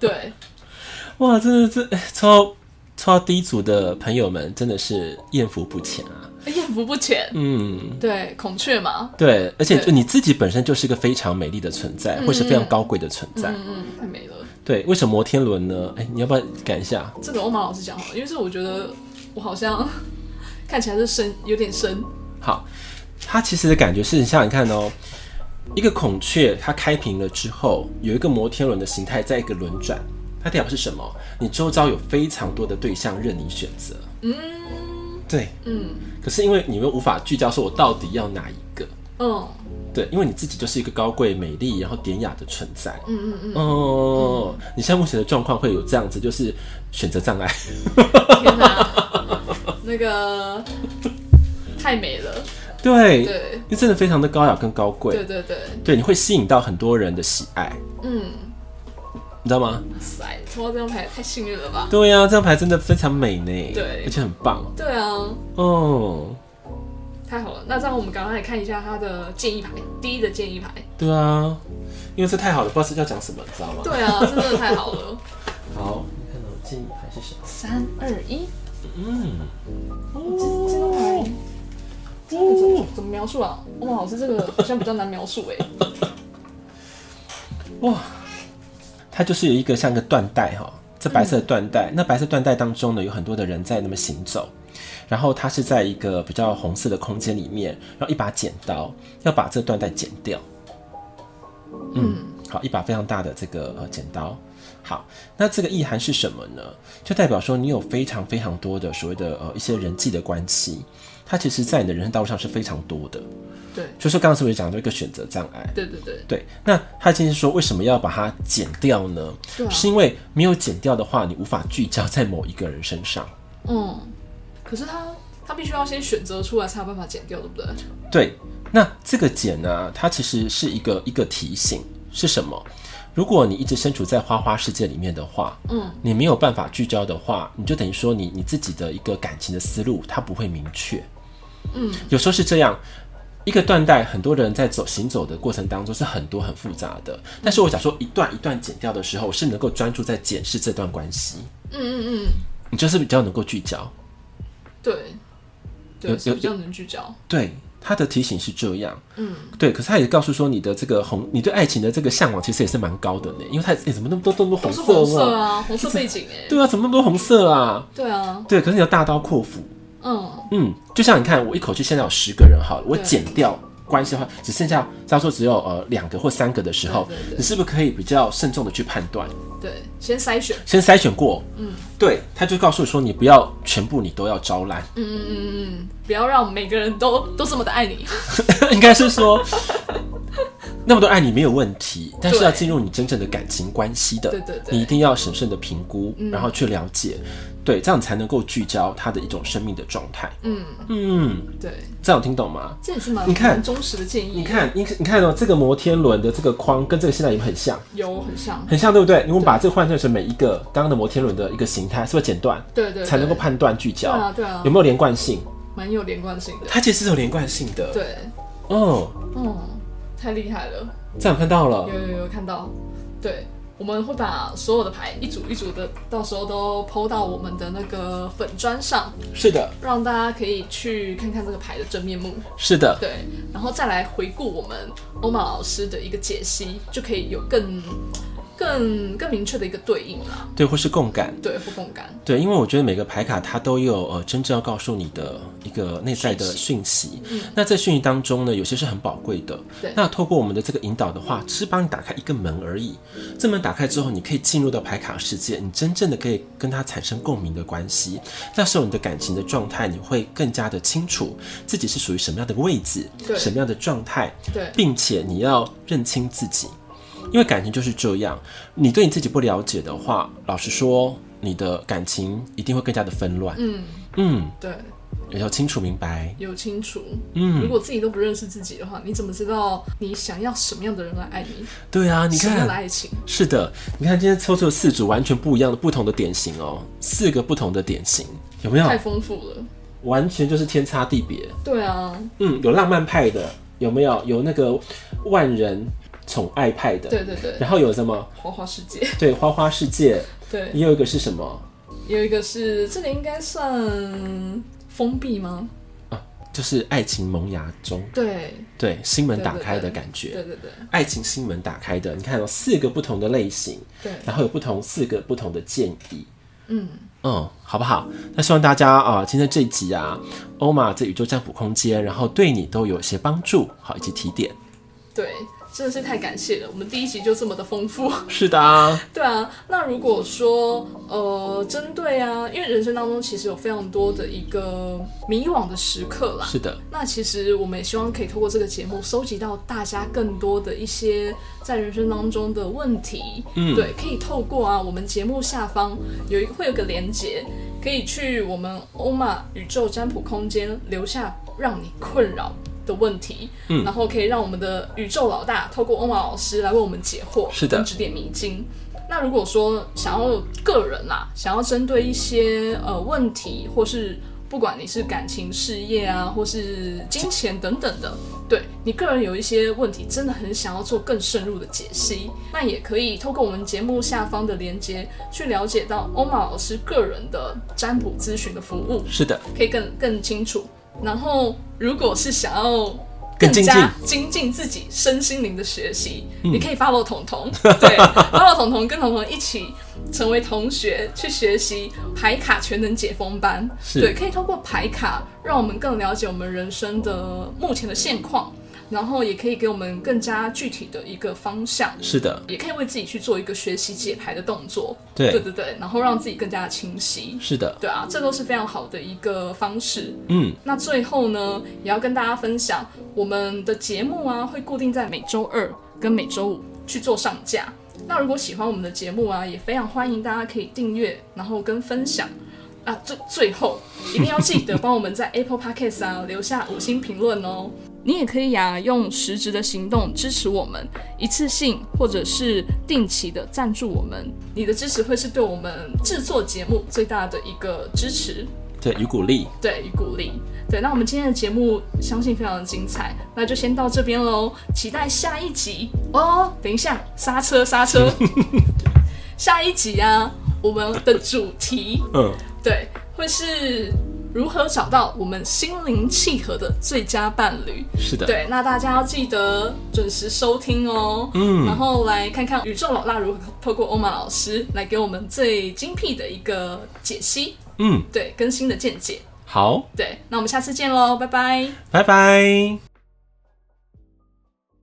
Speaker 2: 对，
Speaker 1: 哇，真的这哎超超低组的朋友们真的是艳福不浅啊，
Speaker 2: 艳福哎不浅，
Speaker 1: 嗯。
Speaker 2: 对，孔雀嘛，
Speaker 1: 对，而且
Speaker 2: 对
Speaker 1: 就你自己本身就是一个非常美丽的存在，或是非常高贵的存在。
Speaker 2: 嗯嗯，太美了。
Speaker 1: 对，为什么摩天轮呢？哎、你要不要改一下？
Speaker 2: 这个欧马老师讲好了，因为是我觉得我好像 看起来是深，有点深，
Speaker 1: 好，它其实的感觉是，你想想看哦，一个孔雀它开屏了之后，有一个摩天轮的形态在一个轮转，它代表是什么？你周遭有非常多的对象任你选择。
Speaker 2: 嗯
Speaker 1: 对，
Speaker 2: 嗯
Speaker 1: 可是因为你又无法聚焦，说我到底要哪一个？
Speaker 2: 嗯
Speaker 1: 对，因为你自己就是一个高贵、美丽，然后典雅的存在。
Speaker 2: 嗯嗯嗯，
Speaker 1: 哦，你现在目前的状况会有这样子，就是选择障碍。
Speaker 2: 嗯天哪！那个太美了，
Speaker 1: 对，
Speaker 2: 对
Speaker 1: 因为真的非常的高雅跟高贵，
Speaker 2: 对对对，
Speaker 1: 对，你会吸引到很多人的喜爱，
Speaker 2: 嗯，
Speaker 1: 你知道吗？
Speaker 2: 塞，抽到这张牌太幸运了吧？
Speaker 1: 对呀、这张牌真的非常美呢，
Speaker 2: 对
Speaker 1: 而且很棒
Speaker 2: 对啊，
Speaker 1: 哦。
Speaker 2: 太好了，那这样我们赶快来看一下他的建议牌，第一的建议牌，
Speaker 1: 对啊，因为这太好了，不知道是要讲什么，你知道吗？
Speaker 2: 对啊，这真的太好了，
Speaker 1: 好，你看到我建议牌是什么？
Speaker 2: 三二一，
Speaker 1: 嗯，
Speaker 2: 这这张牌。这个怎么怎么描述啊？哇，老师，这个好像比较难描述哎。
Speaker 1: 它就是有一个像一个缎带哈，这白色的缎带，那白色缎带当中呢，有很多的人在那么行走，然后它是在一个比较红色的空间里面，然后一把剪刀要把这缎带剪掉，
Speaker 2: 嗯，
Speaker 1: 好，一把非常大的这个呃剪刀。好，那这个意涵是什么呢？就代表说你有非常非常多的所谓的呃一些人际的关系，它其实在你的人生道路上是非常多的。
Speaker 2: 嗯对
Speaker 1: 就是刚刚是不是讲到一个选择障碍？
Speaker 2: 对对对，
Speaker 1: 对，那他今天说为什么要把它剪掉呢？
Speaker 2: 对啊
Speaker 1: 是因为没有剪掉的话，你无法聚焦在某一个人身上。
Speaker 2: 嗯。可是他他必须要先选择出来才有办法剪掉，对不对？
Speaker 1: 对，那这个剪呢、它其实是一个一个提醒，是什么？如果你一直身处在花花世界里面的话，
Speaker 2: 嗯，
Speaker 1: 你没有办法聚焦的话，你就等于说你你自己的一个感情的思路，它不会明确。
Speaker 2: 嗯，
Speaker 1: 有时候是这样。一个缎带，很多人在走行走的过程当中是很多很复杂的，
Speaker 2: 嗯
Speaker 1: 但是我想说，一段一段剪掉的时候，是能够专注在检视这段关系，
Speaker 2: 嗯嗯嗯，
Speaker 1: 你就是比较能够聚焦。
Speaker 2: 对，
Speaker 1: 有
Speaker 2: 对，是
Speaker 1: 有
Speaker 2: 比较能聚焦。
Speaker 1: 对，他的提醒是这样。
Speaker 2: 嗯，
Speaker 1: 对，可是他也告诉说，你的这个红，你对爱情的这个向往其实也是蛮高的呢，因为他、欸、怎么那么多那么多
Speaker 2: 都
Speaker 1: 红
Speaker 2: 是红
Speaker 1: 色
Speaker 2: 色
Speaker 1: 啊？
Speaker 2: 啊，红色背景哎。
Speaker 1: 对啊，怎么那么多红色啊？
Speaker 2: 对啊，
Speaker 1: 对，可是你要大刀阔斧，
Speaker 2: 嗯，
Speaker 1: 嗯，就像你看，我一口气现在有十个人好了，我
Speaker 2: 对
Speaker 1: 减掉关系的话，只剩下假如说只有呃两个或三个的时候，
Speaker 2: 对对嗯对
Speaker 1: 你是不是可以比较慎重的去判断，
Speaker 2: 对，先筛选。
Speaker 1: 先筛选过？嗯，对，他就告诉说，你不要全部你都要招揽，
Speaker 2: 嗯嗯嗯嗯嗯，不要让每个人都都这么的爱你。
Speaker 1: 应该是说。那么多爱你没有问题，但是
Speaker 2: 对
Speaker 1: 要进入你真正的感情关系的，
Speaker 2: 对对对嗯
Speaker 1: 你一定要审慎的评估，然后去了解，对，这样才能够聚焦他的一种生命的状态。
Speaker 2: 嗯，
Speaker 1: 嗯，
Speaker 2: 对，
Speaker 1: 这样有听懂吗？
Speaker 2: 这也是蛮
Speaker 1: 你看
Speaker 2: 蛮忠实的建议。
Speaker 1: 你看，你你看哦，这个摩天轮的这个框跟这个现在有没有很像？
Speaker 2: 有很像。
Speaker 1: 很像，对不对？如果我们把这个换算成每一个刚刚的摩天轮的一个形态，是不是剪断
Speaker 2: 对对对
Speaker 1: 才能够判断聚焦？
Speaker 2: 对啊对啊
Speaker 1: 有没有连贯性？
Speaker 2: 蛮有连贯性的。
Speaker 1: 它其实是有连贯性的。，
Speaker 2: 对，
Speaker 1: 哦，
Speaker 2: 嗯，太厉害了，
Speaker 1: 这样看到了
Speaker 2: 有。有有看到，对。我们会把所有的牌一组一组的，到时候都抛到我们的那个粉砖上，
Speaker 1: 是的，
Speaker 2: 让大家可以去看看这个牌的真面目。
Speaker 1: 是的，
Speaker 2: 对，然后再来回顾我们欧玛老师的一个解析，就可以有更、更、更明确的一个对应啦。
Speaker 1: 对，或是共感。
Speaker 2: 对，不共感。
Speaker 1: 对，因为我觉得每个牌卡它都有呃真正要告诉你的一个内在的讯息。那在讯息当中呢，有些是很宝贵的。
Speaker 2: 对
Speaker 1: 那透过我们的这个引导的话，只是帮你打开一个门而已。这门打开之后，你可以进入到牌卡世界，你真正的可以跟它产生共鸣的关系。那时候你的感情的状态，你会更加的清楚自己是属于什么样的位置，
Speaker 2: 对
Speaker 1: 什么样的状态，
Speaker 2: 对
Speaker 1: 并且你要认清自己，因为感情就是这样。你对你自己不了解的话，老实说，你的感情一定会更加的纷乱。
Speaker 2: 嗯，
Speaker 1: 嗯，
Speaker 2: 对，
Speaker 1: 也要清楚明白。
Speaker 2: 有清楚。如
Speaker 1: 嗯，
Speaker 2: 果自己都不认识自己的话，你怎么知道你想要什么样的人来爱你？
Speaker 1: 对啊，你
Speaker 2: 什么样的
Speaker 1: 看，
Speaker 2: 爱情？
Speaker 1: 是的，你看今天抽出了四组完全不一样的、不同的典型哦，四个不同的典型，有没有
Speaker 2: 太？丰富了。
Speaker 1: 完全就是天差地别。
Speaker 2: 对啊，
Speaker 1: 嗯，有浪漫派的，有没有？有那个万人宠爱派的，
Speaker 2: 对对对，
Speaker 1: 然后有什么？
Speaker 2: 花花世界。
Speaker 1: 对，花花世界，
Speaker 2: 对，
Speaker 1: 也有一个是什么？
Speaker 2: 有一个是这个应该算封闭吗？
Speaker 1: 就是爱情萌芽中，
Speaker 2: 对，
Speaker 1: 对，心门
Speaker 2: 对
Speaker 1: 打
Speaker 2: 对
Speaker 1: 开的
Speaker 2: 对
Speaker 1: 感觉，
Speaker 2: 对对对
Speaker 1: 爱情心门打开的。你看有四个不同的类型，
Speaker 2: 对，
Speaker 1: 然后有不同四个不同的建议，
Speaker 2: 嗯，
Speaker 1: 嗯，好不好？那希望大家啊、呃今天这一集啊，欧玛在宇宙占卜空间，然后对你都有一些帮助，好，以及提点。
Speaker 2: 对，真的是太感谢了，我们第一集就这么的丰富。
Speaker 1: 是的啊，
Speaker 2: 对啊，那如果说呃，针对啊，因为人生当中其实有非常多的一个迷惘的时刻啦。
Speaker 1: 是的，
Speaker 2: 那其实我们也希望可以透过这个节目，收集到大家更多的一些在人生当中的问题。
Speaker 1: 嗯
Speaker 2: 对，可以透过啊，我们节目下方有一会有个连接，可以去我们欧玛宇宙占卜空间留下让你困扰的问题，
Speaker 1: 嗯
Speaker 2: 然后可以让我们的宇宙老大透过欧玛老师来为我们解惑，
Speaker 1: 是的
Speaker 2: 跟指点迷津。那如果说想要个人啦、想要针对一些呃问题，或是不管你是感情、事业啊，或是金钱等等的，对你个人有一些问题，真的很想要做更深入的解析，那也可以透过我们节目下方的连接去了解到欧玛老师个人的占卜咨询的服务，
Speaker 1: 是的，
Speaker 2: 可以更更清楚。然后，如果是想要
Speaker 1: 更精进嗯
Speaker 2: 加精进自己身心灵的学习，你可以 follow 彤彤，对，follow 彤彤，跟彤彤一起成为同学，去学习牌卡全能解封班。
Speaker 1: 是
Speaker 2: 对，可以通过牌卡让我们更了解我们人生的目前的现况，然后也可以给我们更加具体的一个方向，
Speaker 1: 是的，
Speaker 2: 也可以为自己去做一个学习解牌的动作。
Speaker 1: 对
Speaker 2: 对对对，然后让自己更加清晰。
Speaker 1: 是的，
Speaker 2: 对啊，这都是非常好的一个方式。
Speaker 1: 嗯，
Speaker 2: 那最后呢，也要跟大家分享，我们的节目啊会固定在每周二跟每周五去做上架。那如果喜欢我们的节目啊，也非常欢迎大家可以订阅，然后跟分享。啊，最最后一定要记得帮我们在 Apple Podcast 啊 留下五星评论哦。你也可以呀、用实质的行动支持我们，一次性或者是定期的赞助我们。你的支持会是对我们制作节目最大的一个支持。
Speaker 1: 对，与鼓励，
Speaker 2: 对与鼓励。对，那我们今天的节目相信非常的精彩，那就先到这边喽，期待下一集哦。等一下，刹车刹 车，下一集啊，我们的主题
Speaker 1: 嗯，
Speaker 2: 对会是如何找到我们心灵契合的最佳伴侣。
Speaker 1: 是的，
Speaker 2: 对，那大家要记得准时收听哦。
Speaker 1: 嗯
Speaker 2: 然后来看看宇宙老大如何透过欧玛老师来给我们最精辟的一个解析，
Speaker 1: 嗯，
Speaker 2: 对，跟新的见解。
Speaker 1: 好，
Speaker 2: 对，那我们下次见喽，拜拜。
Speaker 1: 拜拜。